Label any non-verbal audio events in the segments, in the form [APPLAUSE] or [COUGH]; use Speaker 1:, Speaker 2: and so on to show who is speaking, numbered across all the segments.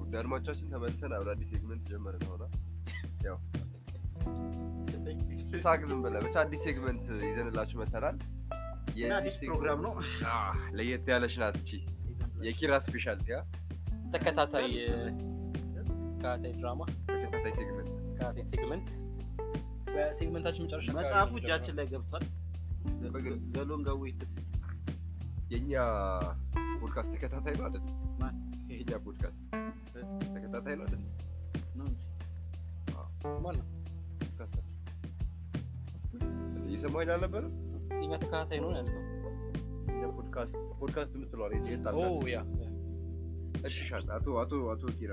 Speaker 1: ወንድሞቻችን ተመልሰን አብረ አዲስ ሴግመንት ጀመርን። ሆነ ያው ሳቅ ዝም ብለህ ብቻ አዲስ ሴግመንት ይዘንላችሁ መተናል።
Speaker 2: እና አዲስ ፕሮግራም ነው።
Speaker 1: ለየት ያለች ናት እቺ የኪራ ስፔሻልቲ ያ
Speaker 3: ተከታታይ ተከታታይ ድራማ
Speaker 1: በተከታይ ሴግመንት
Speaker 3: ተከታታይ ሴግመንት በሴግመንታችን መጨረሻ አካባቢ
Speaker 2: መጽሐፉ
Speaker 3: ነው
Speaker 2: እጃችን ላይ ገብቷል።
Speaker 1: በግል-
Speaker 2: ዘሎንጋ ዌትድ
Speaker 1: የእኛ ፖድካስት ተከታታይ ነው አይደል?
Speaker 2: ማን?
Speaker 1: የእኛ ፖድካስት ተከታታይ ነው አይደል?
Speaker 2: ነው እንጂ
Speaker 3: የጀመረው። ማለት ነው
Speaker 1: ፖድካስታችን እየሰማኸኝ አልነበረም?
Speaker 3: የኛ ተከታታይ ነው ያለው
Speaker 1: እኛ ፖድካስት ፖድካስት የምትለዋ ነው የት
Speaker 3: ኦ
Speaker 1: አልካት?
Speaker 3: ያ
Speaker 1: እሺ ሻል አቶ አቶ አቶ ኪራ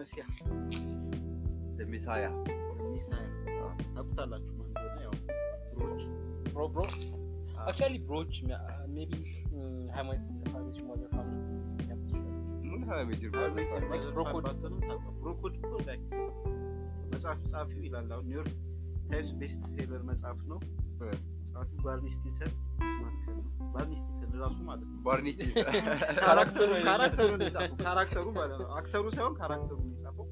Speaker 2: መሲያ
Speaker 1: ዘሚሳያ
Speaker 2: ሚሳ ታቁታላችሁ። ማን እንደሆነ ያው ብሮች
Speaker 3: ብሮ ብሮ አክቹዋሊ ብሮች ሜቢ ሃይማኖት ፋሚሊ ሽማግሌ ፋሚሊ
Speaker 1: ምን ሀያ ሜትር ባዘፋ
Speaker 3: ብሮኮድ።
Speaker 2: ባትሆንም ታውቋል። ብሮኮድ እኮ ላይ መጽሐፍ ጻፊው ይላል። አሁን ኒውዮርክ ታይምስ ቤስት ሴለር መጽሐፍ ነው።
Speaker 1: እ።
Speaker 2: ጸሐፊው ባርኒ ስቲንሰን ማከል ነው። ባርኒ ስቲንሰን ራሱ ማለት ነው።
Speaker 1: ባርኒስ
Speaker 3: ካራክተሩ
Speaker 2: ካራክተሩ ነው የጻፈው። ካራክተሩ ማለት ነው። አክተሩ ሳይሆን ካራክተሩ ነው የጻፈው።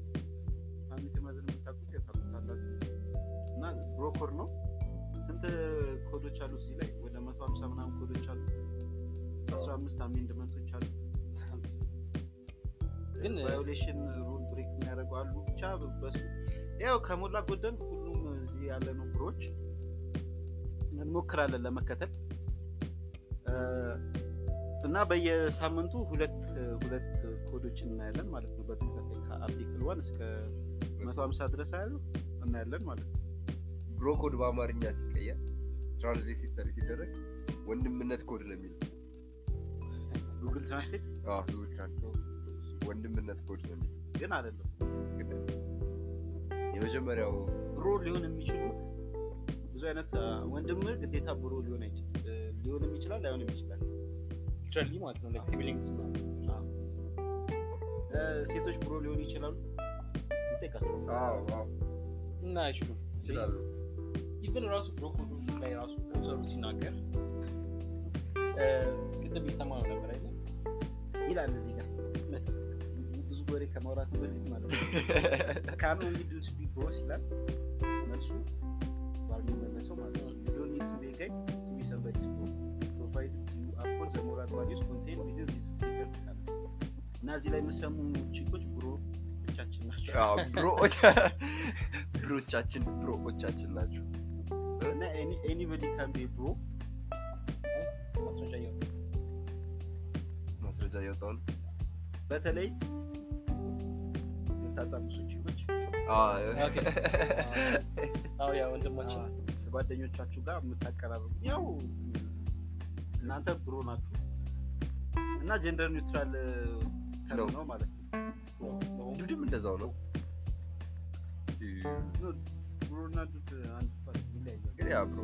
Speaker 2: ሳሚት ማዘን የምታውቁት የታውቁታላችሁ። እና ብሮኮድ ነው። ስንት ኮዶች አሉት? እዚህ ላይ ወደ መቶ ሀምሳ ምናምን ኮዶች አሉት። አስራ አምስት አሜንድመንቶች አሉ።
Speaker 3: ግን
Speaker 2: ቫዮሌሽን ሩል ብሬክ የሚያደርጉ አሉ። ብቻ በሱ ያው ከሞላ ጎደል ሁሉም እዚህ ያለ ነው ብሮች እንሞክራለን ለመከተል እ፣ እና በየሳምንቱ ሁለት ሁለት ኮዶች እናያለን ማለት ነው። በተከታታይ ከአርቲክል ዋን እስከ 150 ድረስ ያሉ እናያለን ማለት ነው።
Speaker 1: ብሮ ኮድ በአማርኛ ሲቀየር ትራንስሌት ሲተር- ሲደረግ ወንድምነት ኮድ ነው የሚለው።
Speaker 2: ጉግል ትራንስሌት
Speaker 1: አዎ፣ Google Translate ወንድምነት ኮድ ነው የሚለው።
Speaker 2: ግን አይደለም
Speaker 1: ግን የመጀመሪያው
Speaker 2: ብሮ ሊሆን የሚችሉት ብዙ አይነት እ፣ ወንድም ግዴታ ብሮ ሊሆን አይችልም። እ፣ ሊሆንም ይችላል ላይሆንም ይችላል።
Speaker 3: ሊትራሊ ማለት ነው ላይክ ሲብሊንግስ
Speaker 2: እ፣ ሴቶች ብሮ ሊሆኑ ይችላሉ። ይጠቀሳል
Speaker 3: እና አይችሉም
Speaker 1: ይችላሉ።
Speaker 3: ኢቨን ራሱ ብሮኮዱ ላይ ራሱ ፕሮሰሩ ሲናገር እ፣ ቅድም የሰማ ነው ነበር አይደል
Speaker 2: ይላል እዚህ ጋር ብዙ ወሬ ከማውራት በፊት ማለት ነው። ካን ኦንሊ ዱ ስፒክ ብሮስ ይላል መልሱ ባሉ መለሰው ማለት ነው። You don't need to be gay to be somebody's bro. Provide you are all the moral values contained within this secret ቃል። እና እዚህ ላይ የምሰሙ ቺኮች ብሮ ብቻችን ናቸው
Speaker 1: አዎ፣ ብሮዎች [LAUGHS] ብሮቻችን ብሮዎቻችን ናቸው።
Speaker 2: እና ኤኒበዲ ካን ቤ ብሮ
Speaker 3: ማስረጃ እያወጣሁ
Speaker 1: ማስረጃ እያወጣሁ ነው።
Speaker 2: በተለይ የምታጣምሱ ቺኮች
Speaker 1: አዎ፣
Speaker 3: ኦኬ። አዎ ያ ወንድማችን
Speaker 2: ጓደኞቻችሁ ጋር የምታቀራርቡ ያው እናንተ ብሮ ናችሁ እና ጀንደር ኒውትራል ተርም
Speaker 1: ነው።
Speaker 2: ነው ማለት ነው።
Speaker 1: ድብድብ እንደዛው ነው።
Speaker 2: ብሮ እና ዱድ አንድ ፓርት ይለያያል።
Speaker 1: ግን ያ ብሮ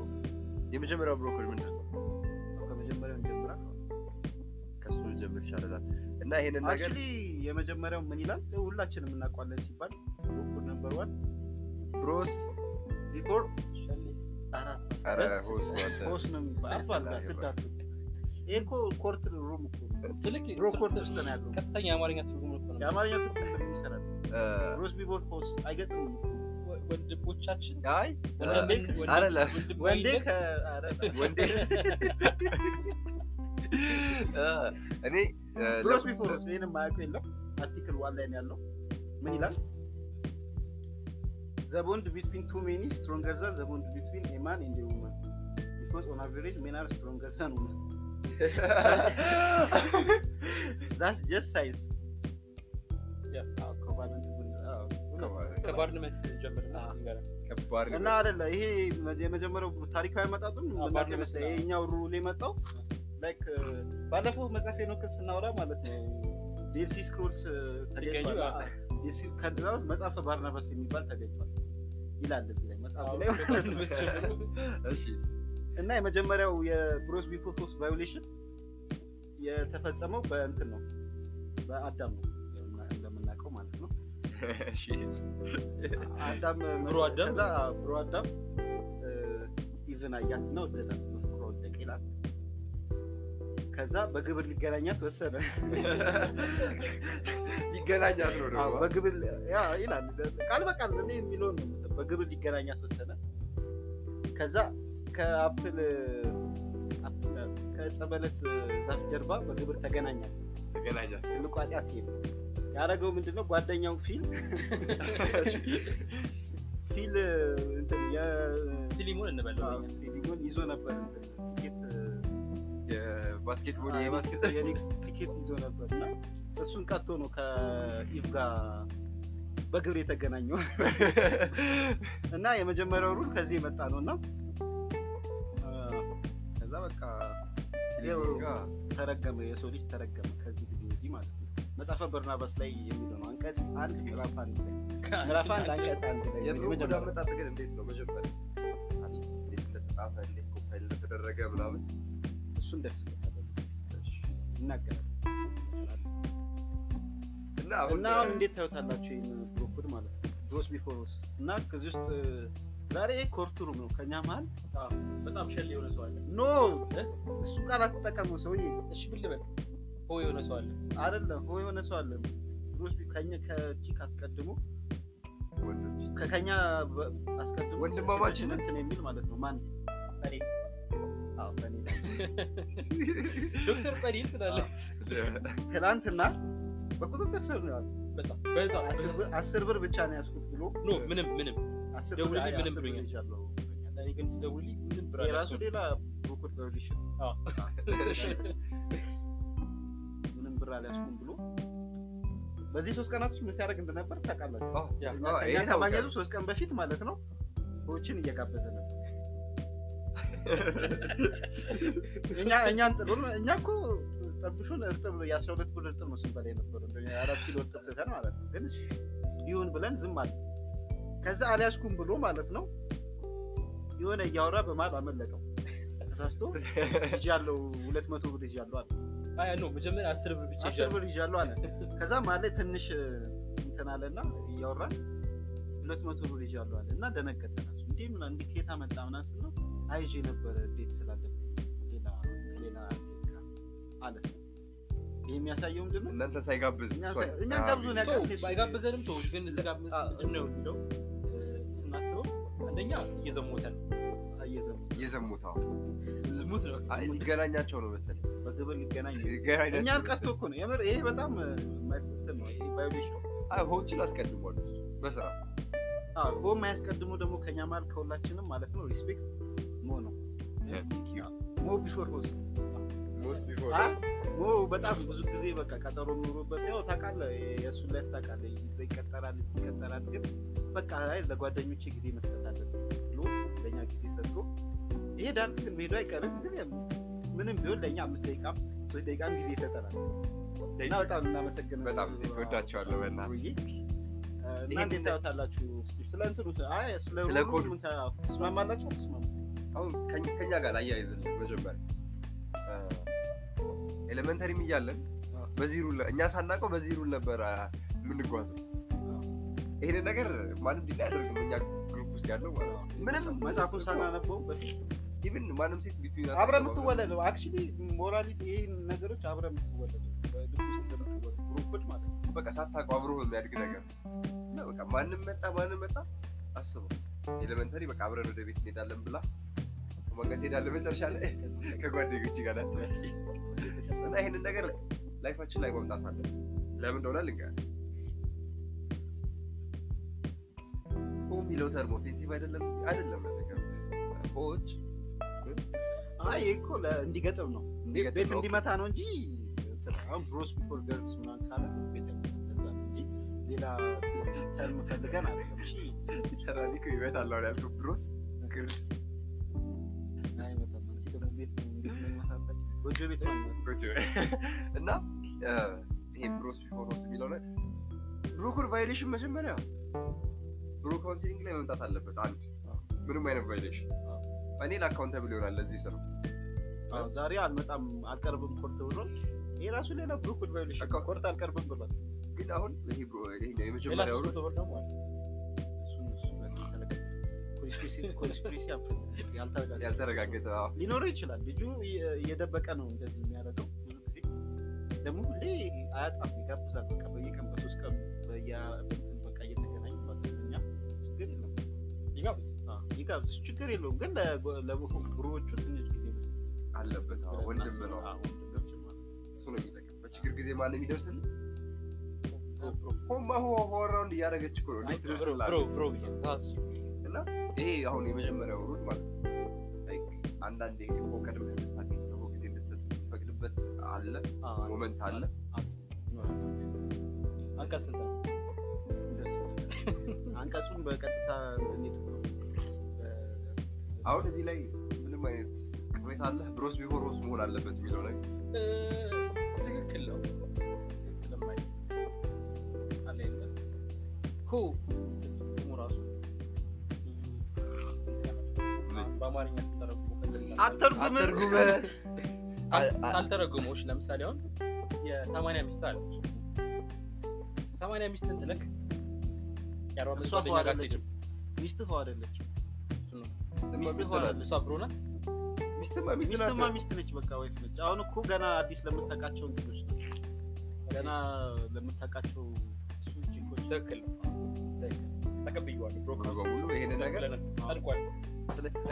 Speaker 1: የመጀመሪያው ብሮ ኮድ ምንድን ነው?
Speaker 2: ያው ከመጀመሪያው ጀምራ
Speaker 1: ከሱ ጀምር ይሻላል እና ይሄንን ነገር
Speaker 2: አክቹዋሊ የመጀመሪያው ምን ይላል ሁላችንም እናውቀዋለን ሲባል ብሮኮድ ነምበር ዋን
Speaker 1: ብሮስ
Speaker 2: ቢፎር አራት
Speaker 1: ኧረ
Speaker 2: ሁለት
Speaker 1: ሆስ ነው አንተ።
Speaker 2: ሆስ ነው የሚባል አትባልጋ ስዳት ይህ እኮ ኮርት ሩም እኮ ነው።
Speaker 3: ስልክ
Speaker 2: ብሮኮድ ውስጥ ነው ያለው።
Speaker 3: ቀጥተኛ የአማርኛ ትርጉም እኮ ነው።
Speaker 2: የአማርኛ ትርጉም ምን ይሰራል?
Speaker 1: እ፣
Speaker 2: ሮስ ቢፎር ሆስ አይገጥምም።
Speaker 3: ወ- ወንድሞቻችን
Speaker 1: አይ
Speaker 3: ወንድሜ
Speaker 2: ወንድም-
Speaker 1: አረ ለ-
Speaker 3: ወንድም
Speaker 2: ወንዴ
Speaker 3: ወይነት
Speaker 2: ከ-
Speaker 1: ወንዴ
Speaker 2: [LAUGHS]
Speaker 1: እ፣ እኔ እ፣
Speaker 2: ብሮስ
Speaker 1: ለ-
Speaker 2: ቢፎር ይህን የማያውቀው የለም። አርቲክል ዋን ላይ ነው ያለው ምን ይላል? ዘቦንድ ቢትዊን ቱ ሜኒ ስትሮንገር ዛን ዘቦንድ ቢትዊን ኤማን ኤንድ ውመን ቢኮዝ ኦን አቨሬጅ ሜን አር ስትሮንገር ዛን ውመን [LAUGHS] ዛስ ጀስት ሳይንስ
Speaker 3: ያ፣
Speaker 2: Ah,
Speaker 3: ከባርድመንት ጀምር
Speaker 2: አዎ።
Speaker 3: ንገረን።
Speaker 1: ከባድ
Speaker 2: እና አይደለ ይሄ መ- የመጀመሪያው ታሪካዊ መጣጡም ምናቅ ይመስላል ይሄኛው ሩል የመጣው ላይክ ባለፈው መጽሐፍ ሄኖክን ስናወራ ማለት ነው ዴልሲ ስክሮልስ
Speaker 3: ሲገኙ፣
Speaker 2: ተገኝቷል
Speaker 3: አዎ።
Speaker 2: የሲ- ከዛ ውስጥ መጽሐፈ ባርናባስ የሚባል ተገኝቷል ይላል እዚህ ላይ መጽሐፉ ላይ
Speaker 3: ከባርድመንት ጀምር።
Speaker 1: እሺ
Speaker 2: እና የመጀመሪያው የብሮስ ቢፎር ሆስ ቫዮሌሽን የተፈጸመው በእንትን ነው በአዳም ነው እንደምና- እንደምናውቀው ማለት ነው
Speaker 1: እሺ
Speaker 2: አዳም
Speaker 3: ብሮ አዳም?
Speaker 2: ከዛ ብሮ አዳም ኢቭን አያት እና ወደዳት በፍቅሯ ወደቀ ይላል ከዛ በግብር ሊገናኛት ወሰነ።
Speaker 1: ይገናኛት ነው
Speaker 2: አዎ፣
Speaker 1: ደግሞ
Speaker 2: በግብር ያ ይላል ቃል በቃል እኔ የሚለውን ነው የምልህ። በግብር ሊገናኛት ወሰነ። ከዛ ከአፕል አፕል- ከዕፀ በለስ ዛፍ ጀርባ በግብር ተገናኛት።
Speaker 1: ይገናኛት።
Speaker 2: ትልቁ ኃጢአት ይሄ ነው። ያደረገው ምንድነው? ጓደኛው ፊል ፊል እንትን የ-
Speaker 3: ፊሊሙን እንበለው
Speaker 2: አዎ፣ ፊሊንጉን ይዞ ነበር እንትን ቲኬት
Speaker 1: የባስኬትቦል
Speaker 2: የባስኬት የሊግ ቲኬት ይዞ ነበር እና እሱን ቀጥቶ ነው ከኢቭ ጋር በግብር [LAUGHS] የተገናኘው እና የመጀመሪያው ሩል ከዚህ የመጣ ነው እና አ፣ ከዛ በቃ ይኸው ተረገመ የሰው ልጅ ተረገመ ከዚህ ጊዜ ወዲህ ማለት ነው መጽሐፈ በርናባስ ላይ የሚለው ነው አንቀጽ አንድ ምዕራፍ አንድ ላይ ምዕራፍ አንድ አንቀጽ አንድ ላይ
Speaker 1: የድሮ ጉድ
Speaker 2: የመጀመሪያው።
Speaker 1: አመጣጥ ግን እንዴት ነው መጀመሪያ አይ፣ እንዴት እንደተጻፈ እንዴት ኮምፓይል እንደተደረገ ምናምን
Speaker 2: እሱን ደርስበታለሁ ይናገራል
Speaker 1: እና አሁን
Speaker 2: እና አሁን እንዴት ታዩታላችሁ ይህን ብሮኮድ ማለት ነው ዶስ ቢፎር ዶስ እና ከዚህ ውስጥ እ፣ ዛሬ ኮርቱሩም ነው ከኛ መሀል
Speaker 3: በጣም ሸል የሆነ ሰው አለ።
Speaker 2: ኖ እሱ ቃል አትጠቀመው ሰውዬ
Speaker 3: እሺ ምን ልበል? ሆ የሆነ ሰው አለ።
Speaker 2: አይደለም ሆ የሆነ ሰው አለ ዶስ ቢ- ከኛ ከቺክ አስቀድሞ
Speaker 1: ወንዶች
Speaker 2: ከከኛ በ- አስቀድሞ
Speaker 1: ወንድማማችን
Speaker 2: እንትን የሚል ማለት ነው ማን
Speaker 3: ጠሪ
Speaker 2: አዎ፣ ከኔ ጋር።
Speaker 3: ዶክተር ጠሪ ትላለህ።
Speaker 2: ትናንትና በቁጥጥር ስር ነው ያለው
Speaker 3: በጣም በጣም
Speaker 2: አስር ብር- አስር ብር ብቻ ነው ያስኩት ብሎ
Speaker 3: ኖ ምንም ምንም
Speaker 2: አስር
Speaker 3: ደውልልኝ፣
Speaker 2: አይ፣
Speaker 3: ምንም
Speaker 2: አስር ብር
Speaker 3: ብሎኛል።
Speaker 2: ይዣለሁ።
Speaker 3: እኔ ግን ስደውልልኝ ምንም ብር
Speaker 2: የራሱ
Speaker 3: አላስኩም።
Speaker 2: ሌላ ብሮኮድ ሬቮሉሽን ምንም ብር አልያዝኩም ብሎ በዚህ ሶስት ቀናቶች ምን ሲያደርግ እንደነበር ታውቃላችሁ።
Speaker 1: አዎ፣
Speaker 3: ያ፣
Speaker 1: አዎ፣
Speaker 2: እኛ
Speaker 1: ይሄ
Speaker 2: ከማግኘቱ
Speaker 1: ታውቃለህ።
Speaker 2: ሶስት ቀን በፊት ማለት ነው ሰዎችን እየጋበዘ ነበር። እኛ እኛን ጥሉን እኛ እኮ ጠብሹን እርጥብ ነው የአስራ ሁለት ብር እርጥብ ነው ስንበላ የነበረው እንደው አራት ኪሎ እርጥብ ትተን ማለት ነው። ግን እሺ ይሁን ብለን ዝም አለ። ከዛ አልያዝኩም ብሎ ማለት ነው የሆነ እያወራ በመሀል አመለጠው ተሳስቶ ልጅ ያለው ሁለት መቶ ብር ልጅ ያለው አለ
Speaker 3: አይ ኖ መጀመሪያ አስር ብር ብቻ
Speaker 2: አስር ብር ይዣለሁ አለ። ከዛ ማለት ላይ ትንሽ እንትን አለና እያወራን ሁለት መቶ ብር ይዣለሁ አለ እና ደነገጠ። እራሱ እንዴ ምና እንዲ ከየት አመጣ ምናምን ስለው አይ ይዤ ነበረ እንዴት ስላለብኝ ሌላ ከሌላ ሴት ጋር አለ። ይህ የሚያሳየው ምንድን ነው?
Speaker 1: እናንተ ሳይጋብዝ
Speaker 2: እኛ
Speaker 1: እሷን-
Speaker 2: ሳይ- እኛ
Speaker 1: አዎ፣
Speaker 2: ጋብዙን
Speaker 1: ቢል-
Speaker 2: ያውቃል።
Speaker 3: ባይጋብዘንም ተው ግን እዚህ ጋር
Speaker 2: አዎ።
Speaker 3: ምንድን ነው የሚለው ስናስበው አንደኛ እየዘሞተ ነው
Speaker 2: አየዘሙ
Speaker 1: የዘሙት አዎ።
Speaker 3: ዝሙት ነው
Speaker 1: አይ፣ ሊገናኛቸው ነው መሰለኝ።
Speaker 2: በግብር ሊገናኝ
Speaker 1: ሊገናኛቸው
Speaker 2: እኛን
Speaker 1: ነው
Speaker 2: ቀስቶ እኮ ነው የምር። ይሄ በጣም ማይፍትን ነው ይሄ ቫዮሌሽን ነው።
Speaker 1: መሰለኝ። አይ፣ ሆችን አስቀድሟል እሱ በስራ
Speaker 2: አዎ፣ ሆም አያስቀድሙ ደግሞ ከኛ መሀል ከሁላችንም ማለት ነው ሪስፔክት ሞ ነው ሞ ቢሾር ሆስ
Speaker 1: Most before
Speaker 2: አ?
Speaker 1: us.
Speaker 2: ሞ በጣም ብዙ ጊዜ በቃ ቀጠሮ ኖሮበት ያው ታውቃለህ፣ የእሱን ላይፍ ታውቃለህ። ይዘ ይቀጠራል እዚህ ይቀጠራል፣ ግን በቃ አይ ለጓደኞቼ ጊዜ መስጠት አለብን ብሎ ለእኛ ጊዜ ሰጥቶ ይሄዳል። ግን መሄዱ አይቀርም። ግን ያው ምንም ቢሆን ለእኛ አምስት ደቂቃም ሶስት ደቂቃም ጊዜ ይሰጠናል እና በጣም እናመሰግናለን።
Speaker 1: በጣም ትወዳቸዋለህ በእናትህ።
Speaker 2: ውይይት እና
Speaker 1: ይሄን
Speaker 2: እንዴት ታዩታላችሁ? ስለ እንትኑ አይ ስለ
Speaker 1: ስለ
Speaker 2: ሁሉ
Speaker 1: ኮዱ።
Speaker 2: ምን ታ- ትስማማላችሁ? አትስማሙ?
Speaker 1: አሁን ከኝ- ከኛ ጋር አያይዝልኝ መጀመሪያ ኤሌመንተሪም እያለን
Speaker 2: አዎ።
Speaker 1: በዚህ ሩል እኛ ሳናውቀው በዚህ ሩል ነበር አ፣ የምንጓዘው።
Speaker 2: አዎ።
Speaker 1: ይሄንን ነገር ማንም ቢላ ያደርግም እኛ ግሩፕ ውስጥ ያለው ማለት ነው። ምንም
Speaker 2: መጽሐፉን ሳናነበው በፊት
Speaker 1: ኢቭን ማንም ሴት ቢትዊን
Speaker 2: አብረ የምትወለድ ነው። አክቹዋሊ ሞራሊቲ ይህን ነገሮች አብረ የምትወለድ ነው። በልብ ውስጥ እንደምትወለድ ግሩፖች ማለት ነው።
Speaker 1: በቃ ሳታውቀው አብሮ የሚያድግ ነገር እና በቃ ማንም መጣ ማንም መጣ አስበው ኤሌመንተሪ በቃ አብረን ወደ ቤት እንሄዳለን ብላ ከማንጋት ሄዳለን መጨረሻ ላይ [LAUGHS] ከጓደኞች ጋር ናት እና ይህንን ነገር ላይፋችን ላይ ማምጣት አለ። ለምን እንደሆነ ልንገር። ሆ የሚለው ተርም ኦፌንሲቭ አይደለም አይደለም። ለነገሩ ሆዎች
Speaker 2: አይ ይህ እኮ ለ- እንዲገጥም ነው
Speaker 1: እንዲገጥም
Speaker 2: ቤት
Speaker 1: ነው።
Speaker 2: እንዲመታ ነው እንጂ እንትን አሁን ብሮስ ቢፎር ገርልስ ምናምን ካለ ቤት አይመታም። ለዛ ነው እንጂ ሌላ ተርም ፈልገን አይደለም። እሺ፣
Speaker 1: ተራኒ እኮ ይመታል አሁን ያልኩህ ብሮስ ግርስ
Speaker 2: አይመታም። አንቺ ደግሞ ቤት ነው እንዴት ነው የምታጠቂ? ጎጆ ቤት ነው የሚመታው።
Speaker 1: ጎጆ [LAUGHS] እና እ፣ ይሄ ብሮስ ቢፎር ሆስ የሚለው ላይ ብሮኮድ ቫይሌሽን መጀመሪያ ብሮ ካውንሲሊንግ ላይ መምጣት አለበት። አንድ ምንም አይነት ቫይሌሽን
Speaker 2: አዎ።
Speaker 1: እኔ ለአካውንተብል ይሆናል ለዚህ ስራ
Speaker 2: አዎ፣ ዛሬ አልመጣም አልቀርብም ኮርት ብሏል። ይሄ ራሱ ሌላ ብሮኮድ ቫዮሌሽን
Speaker 1: በቃ-
Speaker 2: ኮርት አልቀርብም ብሏል።
Speaker 1: ግን አሁን ይሄ ብሮ- ይሄኛው
Speaker 3: ሌላ
Speaker 1: የመጀመሪያው
Speaker 3: ሶስት ብር ደግሞ አለ።
Speaker 2: እሱን እሱ በቃ ተለቀቀ። ኮንስፒሬሲ ያልተረጋገጠ
Speaker 1: ያልተረጋገጠ አዎ።
Speaker 2: ሊኖረው ይችላል። ልጁ የ- የደበቀ ነው እንደዚህ የሚያደርገው ብዙ ጊዜ ደግሞ ሁሌ አያጣም፣ ይጋብዛል። በቃ በየቀን በሶስት ቀን በየእንትን በቃ እየተገናኙ ጓደኛ ችግር የለውም
Speaker 3: ይጋብዝ።
Speaker 2: አዎ፣ ይጋብዝ ችግር የለውም። ግን ለጎ- ለቡ- ብሮዎቹ ትንሽ ጊዜ ነው
Speaker 1: አለበት አዎ፣ ወንድም ነው
Speaker 2: አዎ፣ ወንድሞች ማለት ነው።
Speaker 1: እሱ ነው የሚጠቅም። በችግር ጊዜ ማን የሚደርስል? ሆማ ሆ ሆራውን እያደረገች እኮ ነው እንዴት
Speaker 3: ብሮ
Speaker 1: ትደርስላለ?
Speaker 3: ብሮ- ብሮ ብዬ ነው። ታስቼ።
Speaker 1: እና ይሄ አሁን የመጀመሪያው ሩል ማለት ነው። Like አንዳንዴ ጊዜ ቀድመህ እንድታገኝ ደግሞ ጊዜ እንድትሰጥ የሚፈቅድበት አለ
Speaker 2: አዎ፣ አዎ፣
Speaker 1: ሞመንት አለ።
Speaker 2: ይኖራል።
Speaker 3: አንቀጽ ስንት ነው?
Speaker 2: እንደሱ ነው። አንቀጹን በቀጥታ እንዴት ነው
Speaker 1: አሁን እዚህ ላይ ምንም አይነት ቅሬታ አለ? ብሮስ ቢሆን ሮስ መሆን አለበት የሚለው ነገር
Speaker 3: እ፣ ትክክል ነው። ትክክልም አይደለም። አለ የለም። ሁ ስሙ ራሱ በአማርኛ ስተረጉሙ
Speaker 2: አተርጉመ
Speaker 3: ሳልተረጉሞች ለምሳሌ አሁን የሰማንያ ሚስት አለች። ሰማንያ ሚስትን ትለክ የአርባ አምስት
Speaker 2: እሷ
Speaker 3: ጓደኛ
Speaker 2: ሆ
Speaker 3: ጋር
Speaker 2: አይደለችም።
Speaker 3: አትሄድም።
Speaker 2: ሚስትህ ሆ አይደለችም።
Speaker 1: ሚስት
Speaker 2: ሆነ።
Speaker 1: ናት።
Speaker 3: እሷ ብሮ ናት።
Speaker 1: ሚስትማ ሚስት
Speaker 2: ሚስትማ
Speaker 1: ናት።
Speaker 2: ሚስት ነች። በቃ ወይት ነች። አሁን እኮ ገና አዲስ ለምታውቃቸው እንትኖች ነው። ገና ለምታውቃቸው እሱ ጂኮች
Speaker 3: ትክክል ነው። ተቀብዬዋለሁ።
Speaker 1: በሙሉ ይሄንን ነገር
Speaker 3: ብለናል። ጸድቋል።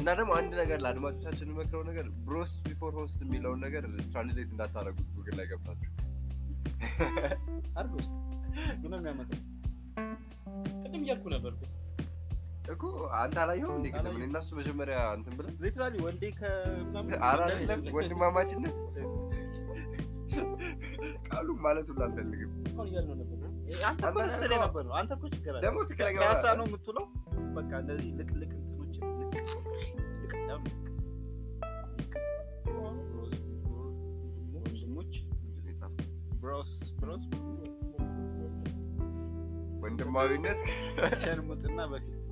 Speaker 1: እና ደግሞ አንድ ነገር ለአድማጮቻችን የምመክረው ነገር ብሮስ ቢፎር ሆስ የሚለውን ነገር ትራንስሌት እንዳታደረጉት ጉግል ላይ ገብታችሁ
Speaker 2: አድርገው እስኪ። ምን ነው የሚያመጣው?
Speaker 3: ቅድም እያልኩ ነበር እኮ።
Speaker 1: እኮ አንተ አላየኸውም እንዴ? ቅድም እኔ እና እሱ መጀመሪያ እንትን ብለን
Speaker 2: ሊትራሊ ወንዴ ከምናምን
Speaker 1: ኧረ አይደለም ወንድማማችነት ቃሉን ማለት ሁሉ አልፈልግም።
Speaker 3: እስካሁን እያልነው ነበር።
Speaker 2: እ፣ አንተ እኮ ደስ ላይ ነበር ነው። አንተ እኮ ችግር አለ
Speaker 1: ደግሞ ትክክለኛ
Speaker 2: ፒያሳ ነው የምትውለው። በቃ እንደዚህ ልቅ ልቅ እንትኖች ልቅ ልቅ ሳይሆን ልቅ ብሮስ ወንድሞች ብሮስ ብሮስ
Speaker 1: ወንድማዊነት
Speaker 2: ሸርሙጥና በፊት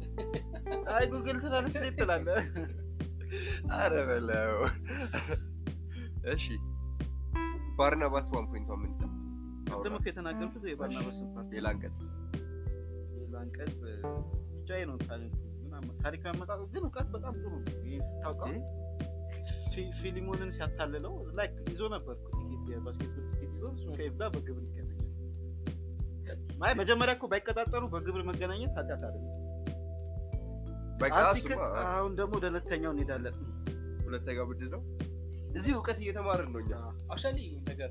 Speaker 2: አይ ጉግል ትራንስሌት ትላለህ።
Speaker 1: አረ በለው። እሺ ባርናባስ ዋን ፖይንት ዋን ምን ይላል?
Speaker 2: ቅድም
Speaker 1: አውራ።
Speaker 2: እኮ የተናገርኩት የባርናባስን ፓርቲ
Speaker 1: ሌላ አንቀጽ
Speaker 2: ሌላ አንቀጽ ብቻዬ ነው ታሪክ ምናምን ታሪክ አመጣጡ ግን እውቀት በጣም ጥሩ ነው። ይህን ስታውቀው ፊ- ፊሊሞንን ሲያታልለው ላይክ ይዞ ነበር እኮ ቲኬት የባስኬትቦል ቲኬት ይዞ እሱ ከኤፍዳ በግብር ይገናኛል። አይ መጀመሪያ እኮ ባይቀጣጠሩ በግብር መገናኘት ኃጢአት አይደለም።
Speaker 1: በቃ
Speaker 2: አርቲክል
Speaker 1: እሱማ
Speaker 2: አሁን ደግሞ ወደ ሁለተኛው እንሄዳለን።
Speaker 1: ሁለተኛው ምንድን ነው? እዚህ እውቀት እየተማርን ነው እኛ።
Speaker 3: አክቹዋሊ ይሄን ነገር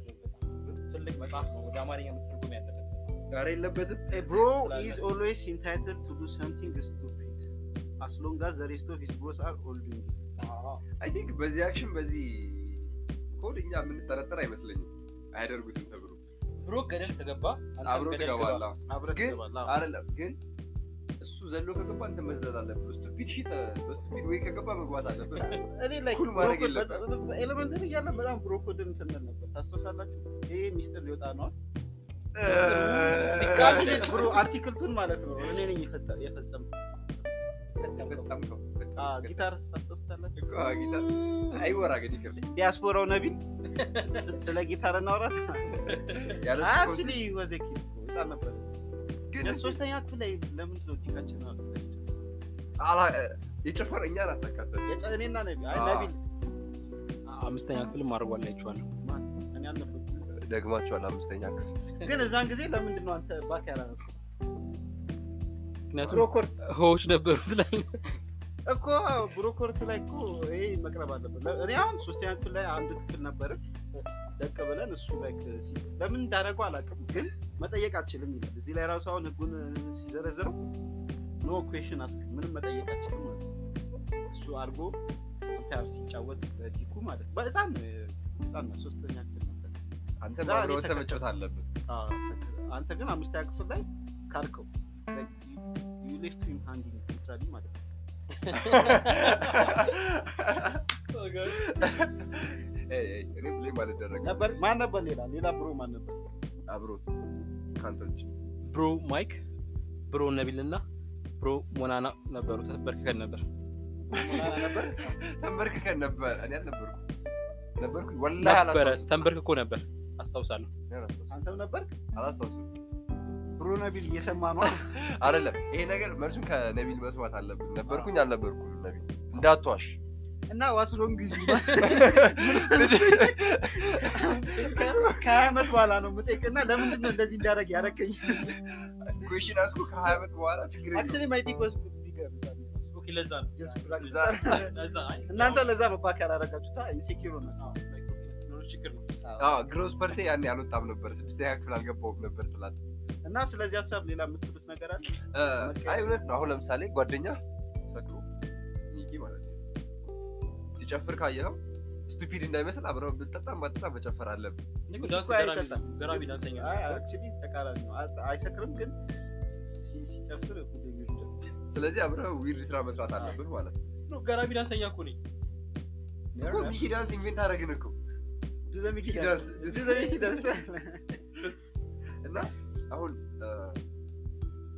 Speaker 3: ትልቅ መጽሐፍ ነው። ወደ አማርኛ መተርጎም ያለበት መጽሐፍ።
Speaker 1: ኧረ የለበትም
Speaker 2: A bro is always entitled to do something stupid as long as the rest of his bros are all doing it.
Speaker 1: አይ ቲንክ በዚህ አክሽን በዚህ ኮድ እኛ የምንጠረጠር አይመስለኝም። አያደርጉትም ተብሎ
Speaker 3: ብሮ ገደል ከገባ አንተም
Speaker 1: አብሮ
Speaker 3: ገደል
Speaker 1: ትገባላ።
Speaker 2: አብረህ
Speaker 1: ግን
Speaker 2: ትገባለህ። አዎ።
Speaker 1: አይደለም ግን እሱ ዘሎ ከገባ እንተ መዝለል አለብህ። በስቱፒድ ሺት በስቱፒድ ወይ ከገባ መግባት አለብህ።
Speaker 2: እኔ ላይ
Speaker 1: ኩል ማድረግ የለበትም።
Speaker 2: ኤሌመንተሪ እያለ በጣም ብሮኮድ እንትን እንል ነበር። ታስታውሳላችሁ? ይሄ ሚስጥር ሊወጣ ነው።
Speaker 1: Eh.
Speaker 2: ካልኩሌት ብሮ አርቲክልቱን ማለት ነው። እኔ ነኝ የፈጠ- የፈጸምኩት።
Speaker 3: ገባ።
Speaker 1: በጣም ነው
Speaker 2: አ፣
Speaker 1: በጣም ነው።
Speaker 2: ጊታር ታስታውሳላችሁ?
Speaker 1: እኮ አጊታ አይወራ ግን ይቅር
Speaker 2: ዲያስፖራው ነቢል ስ- ስለ ጊታር እናውራት።
Speaker 1: ያለሱ
Speaker 2: አክቹሊ ወዘ ኪድ እኮ ህፃን ነበር።
Speaker 1: ግን
Speaker 2: ሶስተኛ ክፍል ላይ ለምንድን ነው ዲካችን አልተጠየቅንም?
Speaker 1: አላ የጭፈር እኛን አታካተል
Speaker 2: የጨ- እኔና ነቢል አይ
Speaker 1: አዎ።
Speaker 2: ነቢል
Speaker 3: አምስተኛ ክፍልም አድርጓላችኋለሁ።
Speaker 2: እኔ አልነበርኩም።
Speaker 1: ደግማችኋል። አምስተኛ ክፍል
Speaker 2: ግን እዛን ጊዜ ለምንድን ነው አንተ ባክ ያላነው?
Speaker 3: ምክንያቱም
Speaker 2: ብሮኮርት
Speaker 3: ሆዎች ነበሩ ትላል።
Speaker 2: እኮ ብሮኮርት ላይ እኮ ይሄ መቅረብ አለበት። ለ- እኔ አሁን ሶስተኛ ክፍል ላይ አንድ ክፍል ነበርን ደቅ ብለን እሱ ላይ ሲ- ለምን እንዳደረገው አላውቅም፣ ግን መጠየቅ አልችልም ይላል። እዚህ ላይ ራሱ አሁን ህጉን እ፣ ሲዘረዝረው ኖ ኩዌሽን አስክ ምንም መጠየቅ አልችልም ማለት ነው። እሱ አድርጎ ጊታር ሲጫወት በዲኩ ማለት ነው። በህፃን እ፣ ህፃን ነው፣ ሶስተኛ ክፍል ነበር።
Speaker 1: አንተ
Speaker 2: ዛሬ
Speaker 1: ማብረው
Speaker 2: ተከተል-
Speaker 1: ተመጮት
Speaker 2: [LAUGHS]
Speaker 1: አለብን።
Speaker 2: አዎ፣ Ah, አንተ ግን አምስተኛ ክፍል ላይ ካልከው ዩ ሌፍት ሂም ሃንጊንግ ሊትራሊ ማለት ነው።
Speaker 1: ኤይ ኤይ እኔ ብሌም አልደረግም።
Speaker 2: ነበር ማን ነበር? ሌላ ሌላ ብሮ ማን ነበር?
Speaker 1: አብሮ ከአንተ ውጭ
Speaker 3: ብሮ ማይክ፣ ብሮ ነቢል እና ብሮ ሞናና ነበሩ። ተበርክከን ነበር።
Speaker 2: ሞላላ ነበር
Speaker 1: ተንበርክከን ነበር። እኔ አልነበርኩም ነበርኩኝ ወላሂ
Speaker 3: ነበረ
Speaker 1: አላስታውስም።
Speaker 3: ተንበርክኮ ነበር አስታውሳለሁ።
Speaker 1: እኔ አላስታውስም።
Speaker 2: አንተም ነበር።
Speaker 1: አላስታውስም።
Speaker 2: ብሮ ነቢል እየሰማ ነው።
Speaker 1: አይደለም ይሄ ነገር መልሱን ከነቢል መስማት አለብን። ነበርኩኝ አልነበርኩም ነቢል እንዳትዋሽ።
Speaker 2: እና ዋስ ሎንግ ይዙ ከሀያ ዓመት በኋላ ነው የምጠይቅና ለምንድን ነው እንደዚህ እንዳደረግ ያደረገኝ?
Speaker 1: ኩሽን አስኩ ከሀያ ዓመት በኋላ ችግር የለውም።
Speaker 2: አክቹዋሊ ማይ ዲክ ዋዝ ቢገር ዛት
Speaker 3: ኦኬ፣ ለዛ ነው
Speaker 2: ጀስት ብላክ
Speaker 1: እዛ-
Speaker 2: ስታር።
Speaker 3: ለዛ አይ፣
Speaker 2: እናንተ ለዛ ነው ባክ ያላደረጋችሁት። ኢንሴኪዩር ነው
Speaker 3: አዎ፣ ማይክሮፋይናንስ ሲኖር ችግር ነው።
Speaker 1: አዎ ግሮስ ፐርቴ ያኔ አልወጣም ነበር፣ ስድስተኛ ክፍል አልገባሁም ነበር ትላለህ።
Speaker 2: እና ስለዚህ ሀሳብ ሌላ የምትሉት ነገር አለ?
Speaker 1: እ፣ አይ እውነት ነው። አሁን ለምሳሌ ጓደኛ ሰክሮ ሚኪ ማለት ነው ሲጨፍር ካየኸው ስቱፒድ እንዳይመስል አብረን ብትጠጣም ባትጠጣም መጨፈር አለብን።
Speaker 3: እኔ እኮ ዳንስ
Speaker 2: እኮ
Speaker 3: ገራሚ-
Speaker 2: አይጠጣም።
Speaker 3: ገራሚ ዳንሰኛ ነው።
Speaker 2: አይ አክቹዋሊ ተቃራኒ ነው። አይ- አይሰክርም ግን ሲ- ሲጨፍር ሁሌ ይጨፍራል።
Speaker 1: ስለዚህ አብረን ዊርድ ስራ መስራት አለብን ማለት ነው።
Speaker 3: ኖ፣ ገራሚ ዳንሰኛ እኮ ነኝ።
Speaker 1: እኮ ሚኪ ዳንስ ኢንቬንት አደረግን እኮ
Speaker 2: ሚኪ
Speaker 1: ዳንስ
Speaker 2: ዱ ዘ ሚኪ ዳንስ። [LAUGHS]
Speaker 1: እና አሁን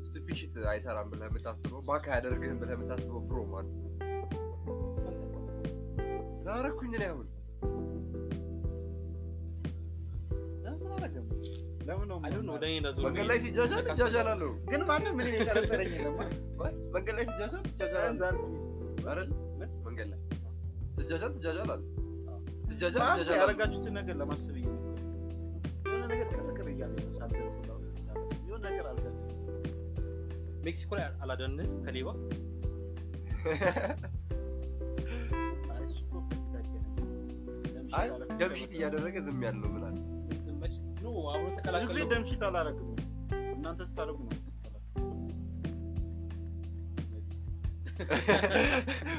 Speaker 1: ስቱፒድ ሽት አይሰራም ብለህ የምታስበው ባካ ያደርግህም ብለህ የምታስበው ፕሮ ማለት ነው። ዛረኩኝ ነው አሁን
Speaker 2: ለምን አላደረገም? ለምን ነው
Speaker 3: አይ ዶንት ኖ፣ ወደ እኔ እንዳትዞር
Speaker 1: መንገድ ላይ ሲጃጃል እጃጃላለሁ።
Speaker 2: ግን ማንም ምን የጠረጠረኝ የለም።
Speaker 1: መንገድ ላይ ሲጃጃል
Speaker 2: በጣም
Speaker 1: እጃጃላለሁ
Speaker 2: ዛሬ
Speaker 1: አይደል? መንገድ ላይ ትጃጃል ትጃጃላለህ። ትጃጃል
Speaker 2: በአንድ
Speaker 1: ትጃጃላለህ።
Speaker 2: ያደረጋችሁትን ነገር ለማሰብ እየ- የሆነ ነገር ቅርቅር እያለ ነው ሳልደርስ ሁላ ሁላ ሁላ። የሆነ ነገር አልደረሰም።
Speaker 3: ሜክሲኮ ላይ አላደንህ ከሌባ
Speaker 2: አይ እሱ እኮ ከዚህ ጋር ይገናኛል።
Speaker 1: አይ
Speaker 2: ደምሽት አላደረግም።
Speaker 1: ደምሽት እያደረገ ዝም ያለው ምን
Speaker 2: [LAUGHS]
Speaker 1: አለ?
Speaker 3: ዝም በል። ኖ፣ አብሮ
Speaker 2: ብዙ ጊዜ
Speaker 3: ተቀላቀሉ።
Speaker 2: ደምሽት አላደረግም። እናንተ ስታደርጉ ነው።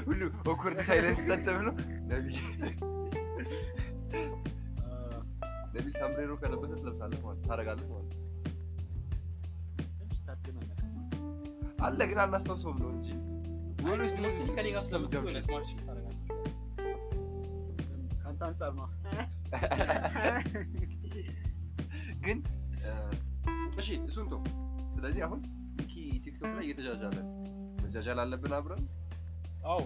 Speaker 1: ሁሉ ኦኮርድ ሳይለንስ ሰጥ ብሎ ነቢል
Speaker 2: አዎ።
Speaker 1: ነቢል ሳምብሬሮ ከለበሰ ትለብሳለህ ማለት ታደርጋለህ ማለት
Speaker 2: ደምሽት አድርገን አናውቅም።
Speaker 1: አለ ግን አናስታውሰውም ነው እንጂ ወል ውስጥ
Speaker 3: ሞስት ከኔ ጋር ስለምትሆን
Speaker 1: ደምሽት
Speaker 3: የሆነ ስማርት ሺት ታደርጋለህ።
Speaker 2: ከአንተ አንጻር ነው።
Speaker 1: ግን እ፣ እሺ እሱን ተው። ስለዚህ አሁን ሚኪ ቲክቶክ ላይ እየተጃጃለ ነው። መጃጃል አለብን አብረን።
Speaker 3: አዎ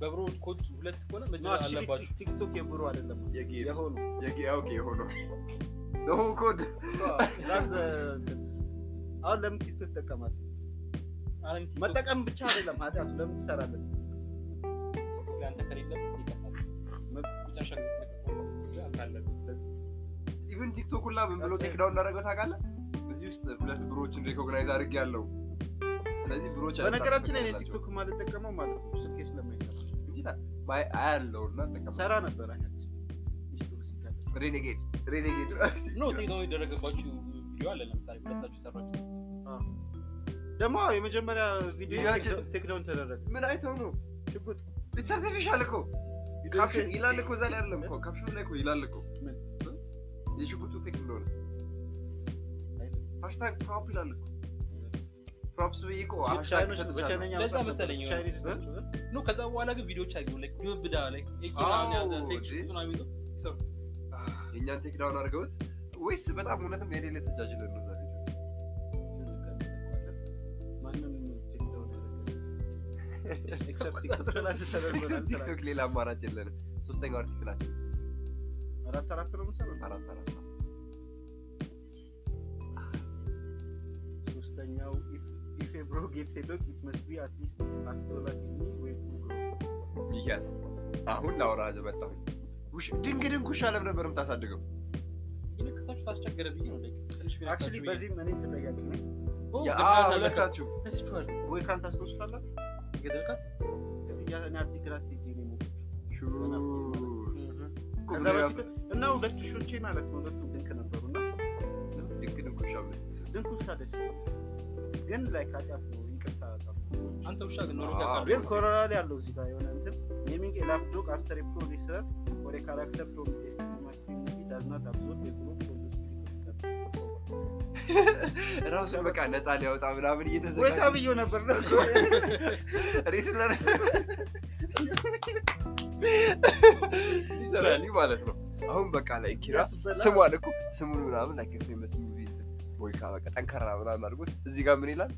Speaker 3: በብሮ ኮድ ሁለት ከሆነ
Speaker 2: ነው
Speaker 3: መጀመሪያ
Speaker 2: actually
Speaker 3: አለባችሁ።
Speaker 2: ቲክቶክ የብሩ አይደለም
Speaker 1: የጌ-
Speaker 2: የሆኑ
Speaker 1: የጌ ኦኬ የሆነው ነው ኮድ
Speaker 2: ዛት፣ አሁን ለምን ቲክቶክ ይጠቀማል?
Speaker 3: አረም ቲክቶክ
Speaker 2: መጠቀም ብቻ አይደለም ኃጢአቱ፣ ለምን ትሰራለህ?
Speaker 3: ላይ አንተ ከሌለ ይጠፋል። መጨረሻ ጊዜ ተጠቅመው አካለበት። ስለዚህ
Speaker 1: ኢቨን ቲክቶክ ሁላ ምን ብሎ
Speaker 2: That's it.
Speaker 1: ቴክዳውን እንዳደረገው ታውቃለህ? እዚህ ውስጥ ሁለት ብሮችን ሪኮግናይዝ አድርግ ያለው። ስለዚህ ብሮች
Speaker 2: በነገራችን ላይ እኔ ቲክቶክ ማልጠቀመው ማለት ነው ስልኬ ስለማይሰራ
Speaker 1: አያለው እና
Speaker 2: ሰራ ነበር አይነት ሚስጥሩ ሲገባ።
Speaker 1: ሬኔጌድ ሬኔጌድ
Speaker 3: ኖ ቴክኖሎጂ የደረገባችሁ ቪዲዮ አለ። ለምሳሌ ሁለታችሁ የሰራችሁ
Speaker 2: ደግሞ የመጀመሪያ ቪዲዮ
Speaker 1: ቪዲዮአችን-
Speaker 2: ቴክዳውን ተደረገ።
Speaker 1: ምን አይተው ነው
Speaker 2: ሽጉጥ
Speaker 1: ኢትስ አርቲፊሻል እኮ
Speaker 2: ቪዲዮ
Speaker 1: ካፕሽን
Speaker 2: ቴክ-
Speaker 1: ይላል እኮ እዛ ላይ አይደለም እኮ ካፕሽኑ ላይ እኮ ይላል እኮ
Speaker 2: ምን?
Speaker 1: የሽጉጡ ፌክ እንደሆነ ሃሽታግ ፕሮፕ ይላል እኮ ፕሮፕስ ብዬ እኮ ሃሽታግ
Speaker 2: ቻይኖች-
Speaker 1: ሰጥቻለሁ።
Speaker 2: በቻይነኛ
Speaker 3: ለዛ
Speaker 2: መጽሐፍ
Speaker 3: መሰለኝ
Speaker 2: ነበር። ቻይኒዝ
Speaker 1: የሆነ-
Speaker 2: ናቸው።
Speaker 3: ኖ ከዛ በኋላ ግን ቪዲዮዎች አየሁ። ላይክ ግብዳ ላይክ
Speaker 1: አዎ፣
Speaker 3: ኤኪናን ያዘ ቴክ
Speaker 1: እንዴ።
Speaker 3: ሹቱን አሚዞ ይሰሩ።
Speaker 1: የእኛን ቴክዳውን አድርገውት ወይስ በጣም እውነትም የሌለ ተጃጅለን ነው ዛሬ
Speaker 2: ማንም ቴክዳውን
Speaker 3: [LAUGHS]
Speaker 2: ያደረገ ኤክሰፕት ቲክቶክ ላይ ተደረገ።
Speaker 1: ኤክሰፕት ቲክቶክ ሌላ አማራጭ የለንም። ሶስተኛው አርቲክላችን
Speaker 2: አራት አራት ነው የምሰራው።
Speaker 1: አራት አራት ነው።
Speaker 2: ሶስተኛው ኢፍ ኤ ብሮ ጌትስ ኤ ዶግ ኢት መስት ቢ አት ሊስት አስቶላስ ኢዝ ሚ ዌት ቱ ግሮ
Speaker 1: ይያዝ አሁን ላወራህ መጣሁ። ውሽ ድንግድን ውሻ ለምን ነበር የምታሳድገው?
Speaker 3: ይሄን ከሳችሁ ታስቸገረ ብዬ ነው ላይክ ትንሽ ቢሆን
Speaker 2: አክቹዋሊ
Speaker 3: ያሳችሁ ብዬ ነው።
Speaker 2: በዚህም እኔ ተጠያቂ ነኝ።
Speaker 3: ኦ
Speaker 1: ያ-
Speaker 3: ገድላት
Speaker 1: አዎ፣
Speaker 3: አለካ።
Speaker 1: ሁለታችሁ
Speaker 3: ነስቼዋለሁ።
Speaker 2: ወይ ካንተ አስታውሱታላችሁ?
Speaker 3: ገደልካት?
Speaker 2: ከፍያ እኔ አዲግራት ሄጄ ነው የሞተው።
Speaker 1: ሹ።
Speaker 2: ከዛ በፊት እና ሁለቱ ሾቼ ማለት ነው ሁለቱም ድንክ ነበሩ እና
Speaker 1: ድንግድን ውሻ ምን-
Speaker 2: ድንክ ውሻ ደስ ይላል። ግን ላይ ካጫፍ ነው ይቅርታ በጣም።
Speaker 3: አንተ ውሻ ግን
Speaker 1: አዎ።
Speaker 3: ኖሮ
Speaker 2: ግን ኮሮና ላይ ያለው እዚህ ጋር የሆነ እንትን ኔሚንግ ኤ ላፕ ዶግ አፍተር ኤ ፕሮ ሪሰርች ኦር ኤ ካራክተር ፍሮም ኤስቲም አክቲቪቲ ዳዝ ናት አብዞርብ ኤ ግሩፕ ኦፍ ዘ ስፒሪት ኦፍ ዘ
Speaker 1: ራሱን በቃ ነፃ ሊያወጣ ምናምን
Speaker 2: ወይ
Speaker 1: እየተዘጋጀ
Speaker 2: ካብዮ ነበር ነው
Speaker 1: ሬስ ለረስ ይዘራል ማለት ነው። አሁን በቃ ላይ ኪራ ስሟን እኮ ስሙን ምናምን ላይ ከፍ ፌመስ ሙቪ ወይ ካ በቃ ጠንካራ ምናምን አድርጎት እዚህ ጋር ምን ይላል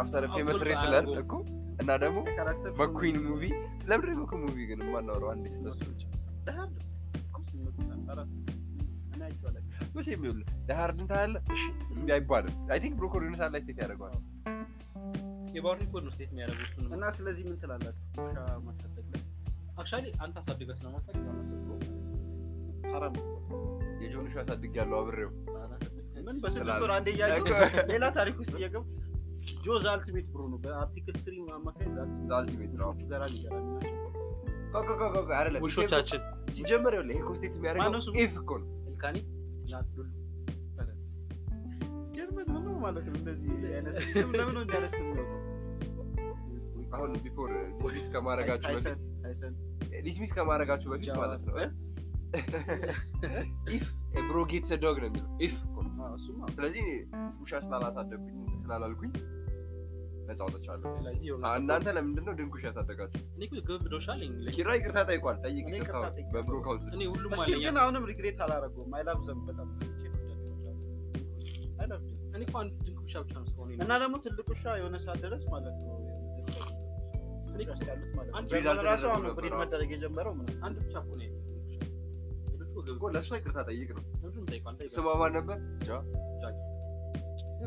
Speaker 1: አፍተር ፌመስ
Speaker 3: Absorb
Speaker 1: ሬስለር
Speaker 3: አድርጎ።
Speaker 1: እኮ እና ደግሞ
Speaker 2: ካራክተር
Speaker 1: በኩዊን ሙቪ ለምንድን ነው ከሙቪ ግን የማናወራው? አንዴ ስለሱ ብቻ
Speaker 2: እና ይባላል
Speaker 1: መቼ የሚውል ለሀርድን ታያለ እንዲ አይባልም። አይ ቲንክ ብሮኮሊ ሆነ ሳት ላይ ቴክ ያደርገዋል።
Speaker 3: የባውንደሪ ኮድ ነው ስቴት የሚያደርገው እሱን
Speaker 2: እና ስለዚህ ምን ትላላችሁ? ውሻ ማሳደግ ላይ
Speaker 3: አክቹዋሊ አንተ አሳድገህ ስለማታውቅ ነው።
Speaker 2: ሐራም
Speaker 1: የጆን ሹ አሳድግ ያለው አብሬው
Speaker 2: ምን በስድስት
Speaker 1: ትላለህ?
Speaker 2: ወር አንዴ እያየሁ
Speaker 1: እኮ-
Speaker 2: ሌላ ታሪክ ውስጥ እየገቡ ጆዝ አልቲሜት ብሩ ነው በአርቲክል ስሪ አማካኝ
Speaker 1: አልቲሜት ነው።
Speaker 2: ዛልቲሜቶቹ ጋር ይገራል
Speaker 1: ኮ- ኮ- ኮ- ኮ- አይደለም
Speaker 3: ውሾቻችን
Speaker 1: ሲጀመር ይኸውልህ ይሄ ኮስቴት
Speaker 2: ማነው
Speaker 1: የሚያደርገው
Speaker 2: ስሙ?
Speaker 1: ኢፍ እኮ ነው።
Speaker 3: ልካኒ ናዱል
Speaker 2: ጀርመን ምን ነው ማለት ነው? እንደዚህ አይነት ስም ለምን ነው እንዲህ አይነት ስም የሚወጣው?
Speaker 1: አሁን ቢፎር ዲስሚስ ከማድረጋችሁ በፊት
Speaker 2: ታይሰን ታይሰን
Speaker 1: ዲስሚስ ከማድረጋችሁ በፊት
Speaker 2: ጃዋ፣
Speaker 1: ማለት ነው
Speaker 2: እ?
Speaker 1: ኢፍ ብሮ ጌትስ ኤ ዶግ ነው የሚለው ኢፍ እኮ ነው።
Speaker 2: አዎ፣ እሱማ
Speaker 1: ስለዚህ ውሻ ስላላሳደግኩኝ ስላላልኩኝ ነፃ ወጥቻለሁ።
Speaker 3: ስለዚህ የሆነ
Speaker 1: እናንተ ለምንድን ነው ድንቅ ውሻ ያሳደጋችሁ?
Speaker 3: እኔ እኮ ግብብ ዶሻ አለኝ ለኪ-
Speaker 1: ኪራይ ይቅርታ ጠይቋል። ጠይቅ
Speaker 2: እኔ
Speaker 1: ይቅርታ
Speaker 2: ይቅርታ ጠይቄ-
Speaker 1: በብሮ ካውንስል
Speaker 3: እኔ ሁሉም
Speaker 2: እስቲል
Speaker 3: አለኝ
Speaker 2: ግን አሁንም ሪግሬት አላደረገውም። አይላፍ ዘም በጣም I love them።
Speaker 3: እኔ እኮ አንድ ድንቅ ውሻ ብቻ ነው እስካሁን
Speaker 2: እና ደግሞ ትልቅ ውሻ የሆነ ሰዓት ድረስ ማለት ነው ደስ ያሉት ማለት ነው።
Speaker 3: አንድ
Speaker 2: ጀርመን
Speaker 1: ብሪድ
Speaker 2: ራሱ አሁን
Speaker 1: አልተደረገም
Speaker 2: ብሪድ
Speaker 1: ነበር።
Speaker 2: መደረግ የጀመረው ምናምን
Speaker 3: አንድ ብቻ እኮ ነው ያለኝ ድንቅ ውሻ። ሌሎቹ ወገብ
Speaker 1: እኮ ለእሷ ይቅርታ ጠይቅ ነው።
Speaker 3: ለምንድን ጠይቀው? አንተ ይበል።
Speaker 1: ስሟ ማን ነበር?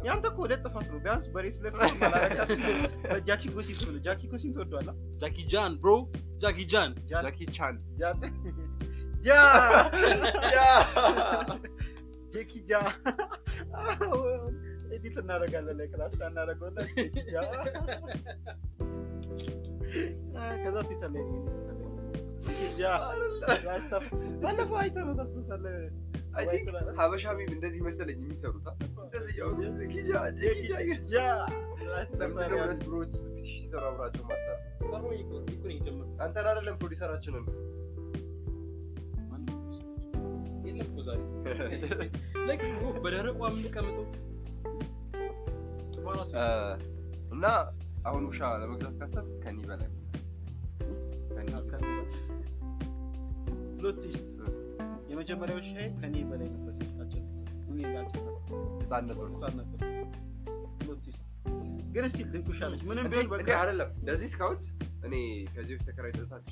Speaker 2: ያንተ እኮ ሁለት ጥፋት ነው። ቢያንስ በሬስለር [LAUGHS] ስም አላደረጋትም። በጃኪ ጎሲ ስም ነው። ጃኪ ጎሲን ትወዷላ
Speaker 3: ጃኪ ጃን ብሮ ጃኪ ጃን
Speaker 1: ጃኪ ቻን
Speaker 2: ጃ ጃ ጄኪ ጃ ኤዲት እናደርጋለን ላይ ክላስ እናደርገውና ጄኪ ጃ አ፣ ከዛ ትዊተር ላይ ነው የሚሰጠው። ጄኪ ጃ ያስታፍ ባለፈው አይተህ ነው ታስታውሳለህ?
Speaker 1: አይ ቲንክ ሀበሻ ሚም እንደዚህ መሰለኝ የሚሰሩት አ? እንደዚህ እያወሩ ጃኪ ጃን፣ ጃኪ ጃን።
Speaker 2: ጄኪ ጃ ያስታፍ
Speaker 1: ለምንድን ነው ሁለት ብሮዎች ስትፒሽ ሲሰሩ አብራቸው ማታ?
Speaker 3: ቀረኝ እኮ፣ እኔ እኮ ነኝ የጀመርኩት።
Speaker 1: አንተን አይደለም ፕሮዲሰራችንን
Speaker 3: የለም እኮ ዛሬ ለኪ እኮ በደረቁ የምንቀምጠው ራሱ
Speaker 2: हाँ।
Speaker 1: እ፣ እና አሁን ውሻ ለመግዛት ካሰብ ከኒ በላይ ከኒ
Speaker 2: हाँ। ፕሎት ትዊስት። የመጀመሪያው ሻይ ከኔ በላይ ነበር። አጭር እኔ ላጭር ነበር።
Speaker 1: ህጻነት ነው።
Speaker 2: ህጻን ነበር። ፕሎት ትዊስት። ግን እስቲ ድንቅ ውሻ ነች። ምንም
Speaker 1: እንዴ
Speaker 2: ቢሆን
Speaker 1: እንዴ፣
Speaker 2: በቃ
Speaker 1: አይደለም ለዚህ ስካውት እኔ ከዚህ በፊት ተከራይተን ታች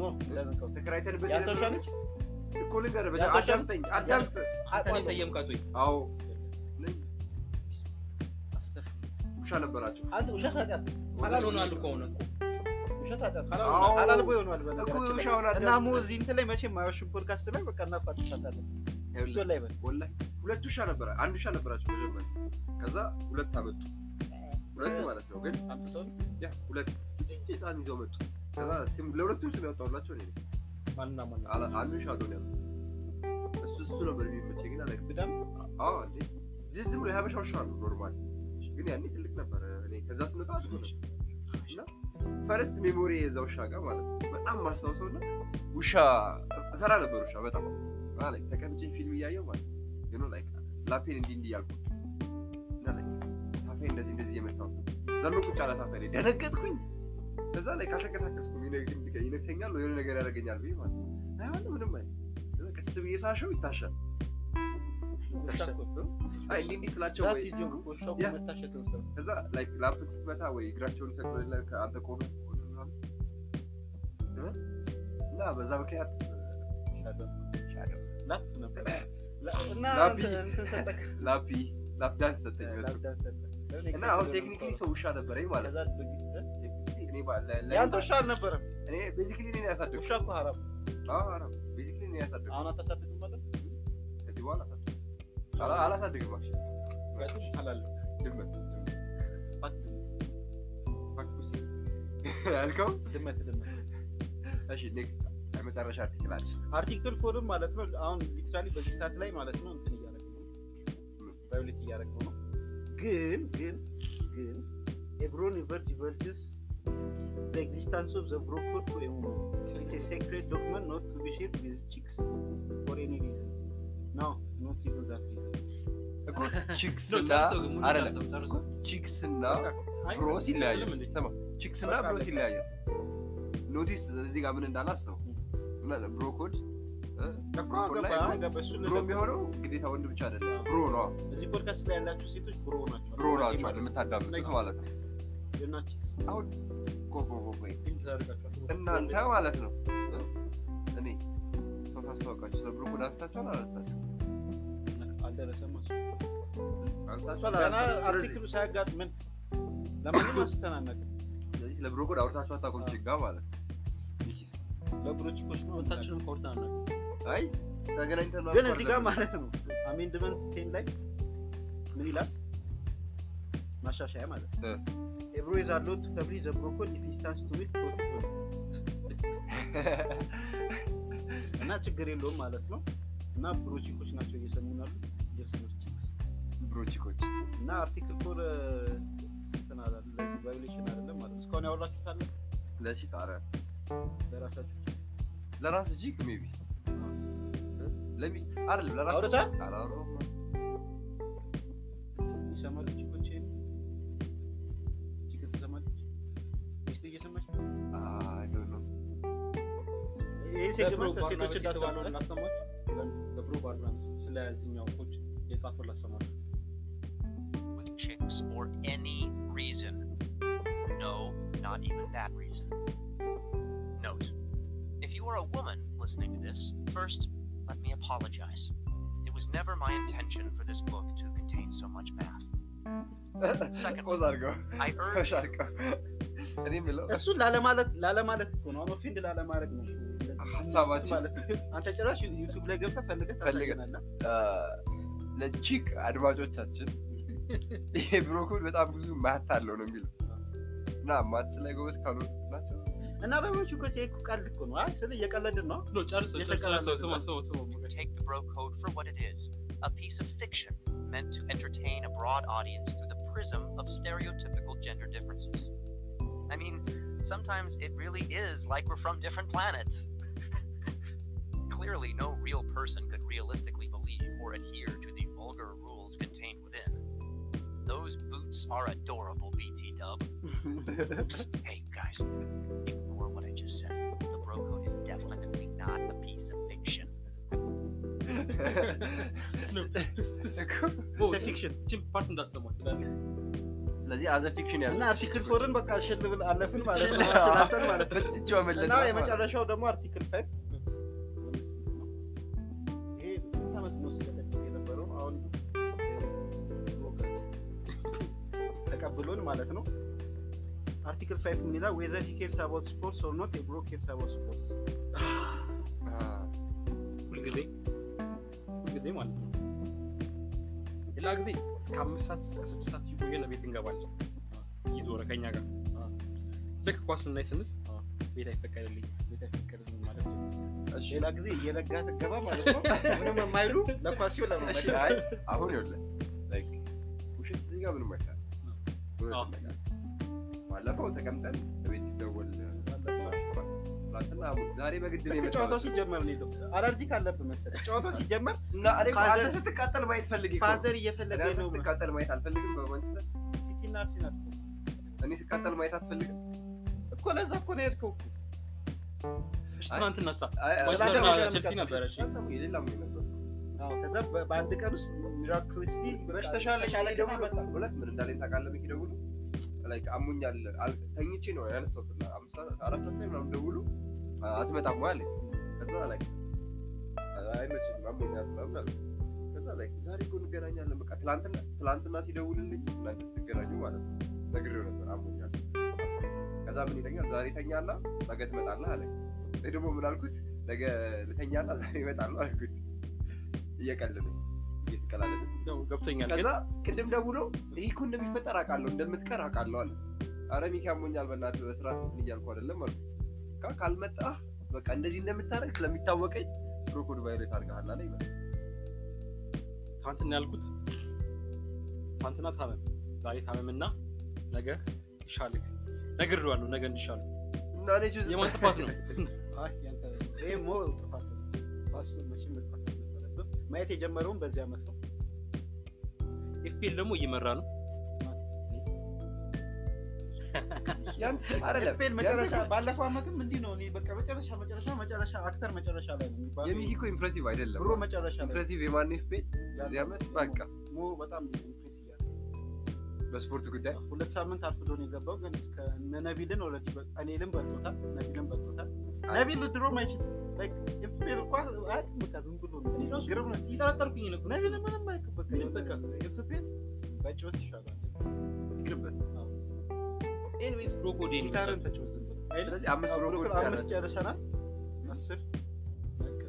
Speaker 2: ኖ እንዳነቀው
Speaker 1: ተከራይተን
Speaker 2: ያንተ ውሻ ነች?
Speaker 1: እኮ ነገር
Speaker 2: ያንተ ውሻ
Speaker 1: አዳምጠኝ አዳምጥ።
Speaker 3: አንተ እኔ ሰየምካት ወይ?
Speaker 1: አዎ ነኝ። ውሻ ነበራቸው
Speaker 2: አንተ ውሻ ታውቃለህ?
Speaker 3: ሐላል ሆኗል እኮ አሁን እኮ።
Speaker 2: ውሻ ታውቃለህ?
Speaker 3: ሐላል
Speaker 1: አዎ።
Speaker 3: ሆኗል።
Speaker 2: ሐላል ቦይ ሆኗል
Speaker 1: እኮ
Speaker 2: በነገራችን
Speaker 1: ውሻ
Speaker 2: ላይ።
Speaker 1: ሆና
Speaker 2: እና ሞ እዚህ እንትን ላይ መቼም ማያወሽም ፖድካስት ላይ በቃ እናፋጥሻታለን።
Speaker 1: ይኸውልህ፣
Speaker 2: ውሾ ላይ በል
Speaker 1: ወላሂ ሁለት ውሻ ነበረ። አንድ ውሻ ነበራቸው መጀመሪያ፣ ከዛ ሁለት አመጡ። ሁለት ማለት ነው ግን
Speaker 3: አምጥተው
Speaker 1: ያ ሁለት ጊዜ ህፃን ይዘው መጡ። ከዛ ስም ለሁለቱም ስም ያወጣሁላቸው እኔ ነኝ።
Speaker 3: ማንና ማን ነው?
Speaker 1: አላ- አንዱ ሻዶ ነው ያልኩት። እሱ እሱ ነበር የሚመቸኝ ግን አላውቅም።
Speaker 2: ብዳም
Speaker 1: አዎ እንዴ እዚህ ዝም ብሎ የሀበሻ ውሻ ነው ኖርማል። ግን ያኔ ትልቅ ነበር። እኔ ከዛ ስመጣ አድጎ ነበር እና ፈረስት ሜሞሪ የዛ ውሻ ጋር ማለት ነው በጣም ማስታውሰው እና ውሻ ፈራ ነበር ውሻ በጣም እና like ተቀምጬ ፊልም እያየው ማለት ነው ግን like ላፔን እንዲህ እንዲህ እያልኩ እና like ታፌ እንደዚህ እንደዚህ እየመታው ዘሎ ቁጭ አለ ታፌ ላይ ደነገጥኩኝ። ከዛ ላይ ካልተንቀሳቀስኩም ይነ- ይነክሰኛል ወይ የሆነ ነገር ያደርገኛል ብዬ ማለት ነው። አይሆን ምንም አይ ቀስ ብዬ ሳሸው ይታሻል።
Speaker 2: ውሻ እኮ
Speaker 1: አይ እንዲህ እንዲህ ስላቸው
Speaker 2: ዛት
Speaker 1: ወይ
Speaker 2: ሲዝ ጆክ ውሻ እኮ
Speaker 1: ያ።
Speaker 2: መታሸት ነው ሰው።
Speaker 1: ከዛ ላይክ ላፕን ስትመታ ወይ እግራቸውን ሰቅሎ ሌላ ከአንተ ቆመ እና በዛ ምክንያት
Speaker 2: ላፕ ነበር። ላ- እና
Speaker 1: ላፕ
Speaker 2: እንትን- እንትን ሰጠህ።
Speaker 1: ላፒ ላፕ ዳንስ ሰጠኝ
Speaker 2: ላፕ ዳንስ ሰጠህ።
Speaker 1: እና አሁን ቴክኒካሊ ሰው ውሻ ነበረኝ ማለት
Speaker 2: ከዛ ድርጊት ሰጠህ።
Speaker 1: ነው። Technically እኔ ባለ ላይ-
Speaker 2: የአንተ ውሻ አልነበረም።
Speaker 1: እኔ ቤዚክሊ እኔ ነው ያሳደግኩት።
Speaker 2: ውሻ እኮ ሐራም።
Speaker 1: አዎ፣ አዎ፣ ቤዚክሊ እኔ ነው ያሳደግኩት።
Speaker 2: አሁን አታሳድግም አይደል?
Speaker 1: ከዚህ በኋላ አላሳድግም። አላ- አላሳድግም አልሽ።
Speaker 3: ምክንያቱም ሐላል ነው።
Speaker 1: ድመት ድመት
Speaker 2: ፋክ፣
Speaker 1: ፋክ ፑሲ ያልከው
Speaker 2: ድመት ድመት
Speaker 1: እሺ፣ ኔክስት የመጨረሻ አርቲክል አለሽ።
Speaker 2: አርቲክል ፎርም ማለት ነው። አሁን ሊትራሊ በዚህ ሰዓት ላይ ማለት ነው እንትን እያደረገ ነው ቫዮሌት እያደረገ ነው። ግን ግን ግን ኤብሮን ቨርጅ ቨርጅስ ዘ ኤግዚስታንስ ኦፍ ዘ ብሮኮር ቱ ኤሙኖ ኢትስ ኤ ሴክሬት ዶክመንት ኖት ቱ ቢ ሼርድ ዊዝ ቺክስ ፎር ኤኒ ሪዝን ኖ ኖት ኢቭን ዛት ሪዝን [LAUGHS]
Speaker 1: እኮ ቺክስ
Speaker 3: ነው
Speaker 1: እና
Speaker 3: ጨርሰው ግን ሙሉ
Speaker 1: አይደለም
Speaker 3: ጨርሰው ጨርሰው።
Speaker 1: ቺክስ እና
Speaker 3: አይ፣
Speaker 1: ብሮ ሲለያዩ
Speaker 3: አይደለም እንዴ?
Speaker 1: ስማ፣ ቺክስ እና ብሮ ሲለያዩ ኖቲስ እዚህ ጋር ምን እንዳላስበው እና ብሮ ኮድ እ፣
Speaker 2: እኮ
Speaker 1: ብሮ ኮድ ላይ
Speaker 2: ገባ
Speaker 1: ብሮ-
Speaker 2: ገባ እሱ
Speaker 1: ብሮ የሚሆነው ግዴታ ወንድ ብቻ አይደለም። ብሮ ነው
Speaker 2: እዚህ ፖድካስት ላይ ያላችሁ ሴቶች ብሮ ናቸው
Speaker 1: ብሮ ናቸዋል የምታዳምጡት ማለት ነው።
Speaker 2: ና ቺክስ
Speaker 1: ቆይ ቆይ ቆይ ቆይ
Speaker 3: ግን ታደርጋችኋል።
Speaker 1: እናንተ ማለት ነው እ፣ እኔ ሰው ታስተዋውቃችሁ ስለ ብሮ ኮድ አንስታችኋል አላነሳችሁም?
Speaker 2: ደረሰ ማለት
Speaker 1: አንስታችኋል
Speaker 2: ገና
Speaker 1: አላነሳችሁም? ስለዚህ-
Speaker 2: አርቲክሉ ሳያጋጥመን ለማንም አስተናነቅ
Speaker 1: ስለዚህ ስለ ብሮኮድ አውርታችሁ አታውቁም ችጋ ማለት ነው። ሚኪስ
Speaker 2: ለብሮችኮች ነው የምንለው።
Speaker 3: ሁለታችንም ኮርተናል ነበር።
Speaker 1: አይ ተገናኝተን
Speaker 2: ግን እዚህ ጋር
Speaker 1: ማቋረጥ [LAUGHS]
Speaker 2: ማለት ነው አሜንድመንት ቴን ላይ ምን ይላል? ማሻሻያ ማለት ነው
Speaker 1: እ።
Speaker 2: ኤብሮ የዛሎት ከብሪ ዘብሮኮ ዲፊስታንስ ቱ ዊት እና ችግር የለውም ማለት ነው። እና ብሮችኮች ናቸው እየሰሙን ያሉት ጀስኖች ቺክስ
Speaker 1: ብሮቺኮች
Speaker 2: እና አርቲክል ፎር ቫዮሌሽን አይደለም ማለት ነው። እስካሁን ያወራችሁት አለ
Speaker 1: ለቺክ አረ
Speaker 2: ለራሳችሁ
Speaker 1: ለራስ ቺክ ሜቢ ለሚስ አይደለም ለራስ
Speaker 2: አውርተሃል?
Speaker 1: አላወራሁም።
Speaker 2: ይሰማሉ ቺኮች ይሄን ቺክ ትሰማለች ሚስት እየሰማች ነው።
Speaker 1: አይ ዶንት ኖ
Speaker 2: ይሄ ሴግመንት
Speaker 3: በብሮ
Speaker 2: ሴቶች
Speaker 3: ባርናባስ
Speaker 2: እንዳሰሙ
Speaker 3: የተባለውን ላሰማችሁ? በብሮ ባርናባስ ስለዚህኛው ኮች የጻፈውን ላሰማችሁ።
Speaker 4: with chicks for any reason. No, not even that reason. Note If you are a woman listening to this, first, let me apologize. It was never my intention for this book to contain so much math. [LAUGHS] Second.
Speaker 1: ቆዝ አድርገው
Speaker 4: I urge
Speaker 1: ቆዝ አድርገው እኔ የምለው
Speaker 2: እሱን ላለማለት ላለማለት እኮ ነው። አሁን ኦፌንድ ላለማድረግ ነው
Speaker 1: ሀሳባችን
Speaker 2: ማለት ነው። አንተ ጭራሽ ዩቱብ ላይ ገብተህ ፈልገህ
Speaker 1: ፈልገህ።
Speaker 2: ታሳየናለህ።
Speaker 1: ለቺክ አድማጮቻችን ይሄ ብሮኮድ በጣም ብዙ ማት አለው ነው የሚለው እና ማት ላይ ጎበዝ ካልሆኑ ናቸው
Speaker 2: እና ደግሞ ቺኮች ይሄ እኮ ቀልድ እኮ ነው። አይ ስልህ እየቀለድን ነው።
Speaker 3: ኖ ጨርሰው፣ ጨርሰው፣ ስማ፣ ስማ፣ ስማ።
Speaker 4: you to take the bro code for what it is a piece of fiction meant to entertain a broad audience through the prism of stereotypical gender differences. I mean, sometimes it really is like we're from different planets. [LAUGHS] Clearly, no real person could realistically believe or adhere to the vulgar rules contained within. Those boots are adorable, BT dub. Hey guys, ignore what I just said. The bro code is definitely not a piece of fiction.
Speaker 3: ኖ፣ ብስ፣ ብስ። ኦ፣
Speaker 2: ኢትስ ፊክሽን
Speaker 3: ይህችን ፓርት እንዳሰማችሁ ላለ-
Speaker 1: ስለዚህ አዘ ፊክሽን
Speaker 2: እና አርቲክል ፎርን በቃ አሸንብን አለፍን ማለት ነው።
Speaker 1: አዎ።
Speaker 2: ስላልተን ማለት ነው።
Speaker 1: በዚች መለጥ
Speaker 2: እና የመጨረሻው ደግሞ አርቲክል ፋይቭ ይሄ ስንት ዓመት ነው ሲቀጠል የነበረው? አሁን ተቀብሎን ማለት ነው። አርቲክል ፋይቭ ምን ይላል? ዌዘር ሂ ኬርስ አባውት ስፖርትስ ኦር ኖት ኤብሮ ኬርስ አባውት ስፖርትስ።
Speaker 3: ሁልጊዜ ሁልጊዜ ማለት ነው። ሌላ ጊዜ እስከ አምስት ሰዓት እስከ ስድስት ሰዓት እየቆየን ቤት እንገባለን። እየዞረ ከኛ ጋር ልክ ኳስ ልናይ ስንል ቤት አይፈቀድልኝ ቤት አይፈቀድልኝ ማለት ነው።
Speaker 2: ሌላ ጊዜ እየነጋ ስገባ ማለት ነው ምንም የማይሉ ለኳስ ሲሆን
Speaker 1: እሺ
Speaker 2: [LAUGHS] ለመመለስ
Speaker 1: አይ አሁን ይኸውልህ ላይክ ውሸት እዚህ ጋር ምንም አይቻልም። እውነት
Speaker 3: አዎ።
Speaker 1: ነገር። ባለፈው ተቀምጠን ቤት ሲደወል ትናንትና እሑድ፣ ዛሬ በግድ ነው የመጣሁት።
Speaker 2: ጨዋታው ሲጀመር ነው የሄደው። አለርጂክ አለብህ መሰለህ። ጨዋታው ሲጀመር
Speaker 1: እና እኔ እኮ አንተ
Speaker 2: ፋዘር-
Speaker 1: ስትቃጠል ማየት ፈልጌ እኮ ነው።
Speaker 2: ፋዘር
Speaker 1: እኔ
Speaker 2: እየፈለገ
Speaker 1: አንተ
Speaker 2: ነው
Speaker 1: ስትቃጠል ማየት አልፈልግም። በማንችስተር
Speaker 2: ሲቲና አርሴናል
Speaker 1: እኔ ስቃጠል ማየት አትፈልግም።
Speaker 2: እኮ ለዛ እኮ ነው የሄድከው እኮ።
Speaker 3: እሺ፣
Speaker 1: አይ-
Speaker 3: ትናንት እናሳ
Speaker 1: አይ፣ አይ፣
Speaker 3: ባርሴሎና
Speaker 1: ባርሴሎና
Speaker 3: ቼልሲ
Speaker 1: ነበረች።
Speaker 3: ነበረ፣ እሺ።
Speaker 1: ባርሴሎና የሌላ ምን ነበር?
Speaker 2: አዎ፣ ከዛ በ- በአንድ ቀን ውስጥ ሚራክልስሊ
Speaker 1: ብለሽ ተሻለኝ ደውሎ እውነት ምን እንዳለኝ ታውቃለህ? ብዬሽ ደውሎ ላይክ አሞኛል አል- ተኝቼ ነው ያነሳሁት እና አምስት ሰዓት- አራት ሰዓት ላይ ምናምን ደውሎ አ- አትመጣም ወይ አለኝ። ከዛ ላይክ አይመችኝም አሞኛል ምናምን አለኝ። ከዛ ላይክ ዛሬ እኮ እንገናኛለን በቃ ትናንትና ትናንትና ሲደውልልኝ እናንተ ስትገናኙ ማለት ነው ነግሬው ነበር አሞኛል። ከዛ ምን ይለኛል ዛሬ ተኛና ነገ ትመጣለህ አለኝ። እኔ ደግሞ ምን አልኩት ነገ ልተኛና ዛሬ እመጣለሁ አልኩት። እየቀለድን እየተቀላለድን
Speaker 3: ያው ገብቶኛል ግን
Speaker 1: ከዛ ቅድም ደውሎ ይህ እኮ እንደሚፈጠር አውቃለሁ እንደምትቀር አውቃለሁ አለ። አረ ሚኪ አሞኛል በእናትህ በስርዓት እንትን እያልኩ አይደለም አልኩት። ካ- ካልመጣህ በቃ እንደዚህ እንደምታደርግ ስለሚታወቀኝ ብሮኮድ ቫዮሌት አድርገሃል አለኝ። በቃ
Speaker 3: ትናንትና ያልኩት ትናንትና ታመም ዛሬ ታመምና ነገ ይሻልህ ነግሬዋለሁ ነገ እንዲሻልህ
Speaker 1: እና እኔ ጁዝ
Speaker 3: የማን ጥፋት ነው
Speaker 2: ይሄ ሞ ጥፋት ነው። ኳስ መቼም መጥፋት አልነበረብም። ማየት የጀመረውም በዚህ ዓመት ነው።
Speaker 3: ኤፍፒኤል ደግሞ እየመራ ነው
Speaker 1: [LAUGHS] ያን አይደለም
Speaker 2: ኤፍኤል መጨረሻ
Speaker 1: ያን-
Speaker 2: ባለፈው ዓመትም እንዲህ ነው። እኔ በቃ መጨረሻ መጨረሻ መጨረሻ አክተር መጨረሻ ላይ ነው የሚባለው።
Speaker 1: የሚኪ እኮ ኢምፕሬሲቭ አይደለም።
Speaker 2: ብሮ መጨረሻ ላይ
Speaker 1: ኢምፕሬሲቭ የማን ኤፍ ቤት በዚህ ዓመት በቃ
Speaker 2: ሞ በጣም ኢምፕሬስ እያለ
Speaker 1: በስፖርት ጉዳይ
Speaker 2: ሁለት ሳምንት አርፍዶ ነው የገባው። ግን እስከ እነ ነቢልን ኦልሬዲ በ- እኔልን በልጦታል፣ ነቢልን በልጦታል። ነቢል ድሮም አይችልም። ላይክ ኢፍ- ሌላ ኳስ አያውቅም። በቃ ዝም ብሎ ነው።
Speaker 3: እኔ ራሱ
Speaker 2: ግርም ነው።
Speaker 3: እየጠረጠርኩኝ ነበር።
Speaker 2: ነብይ ምንም አያውቅም። በቃ
Speaker 3: ምንም በቃ
Speaker 2: የፍቤት በጭወት ይሻላል።
Speaker 1: ይቅርበት።
Speaker 3: ኤኒዌይስ ብሮኮዴ ነው
Speaker 2: ጊታርን ተጫወት ዝም ብሎ
Speaker 1: ስለዚህ አምስት ብሎ ጎል ይቻላል።
Speaker 2: አምስት ጨርሰናል። አስር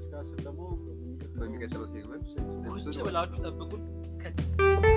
Speaker 2: እስከ አስር ደግሞ
Speaker 1: በሚቀጥለው ሴግመንት
Speaker 3: ቁጭ ብላችሁ ጠብቁን።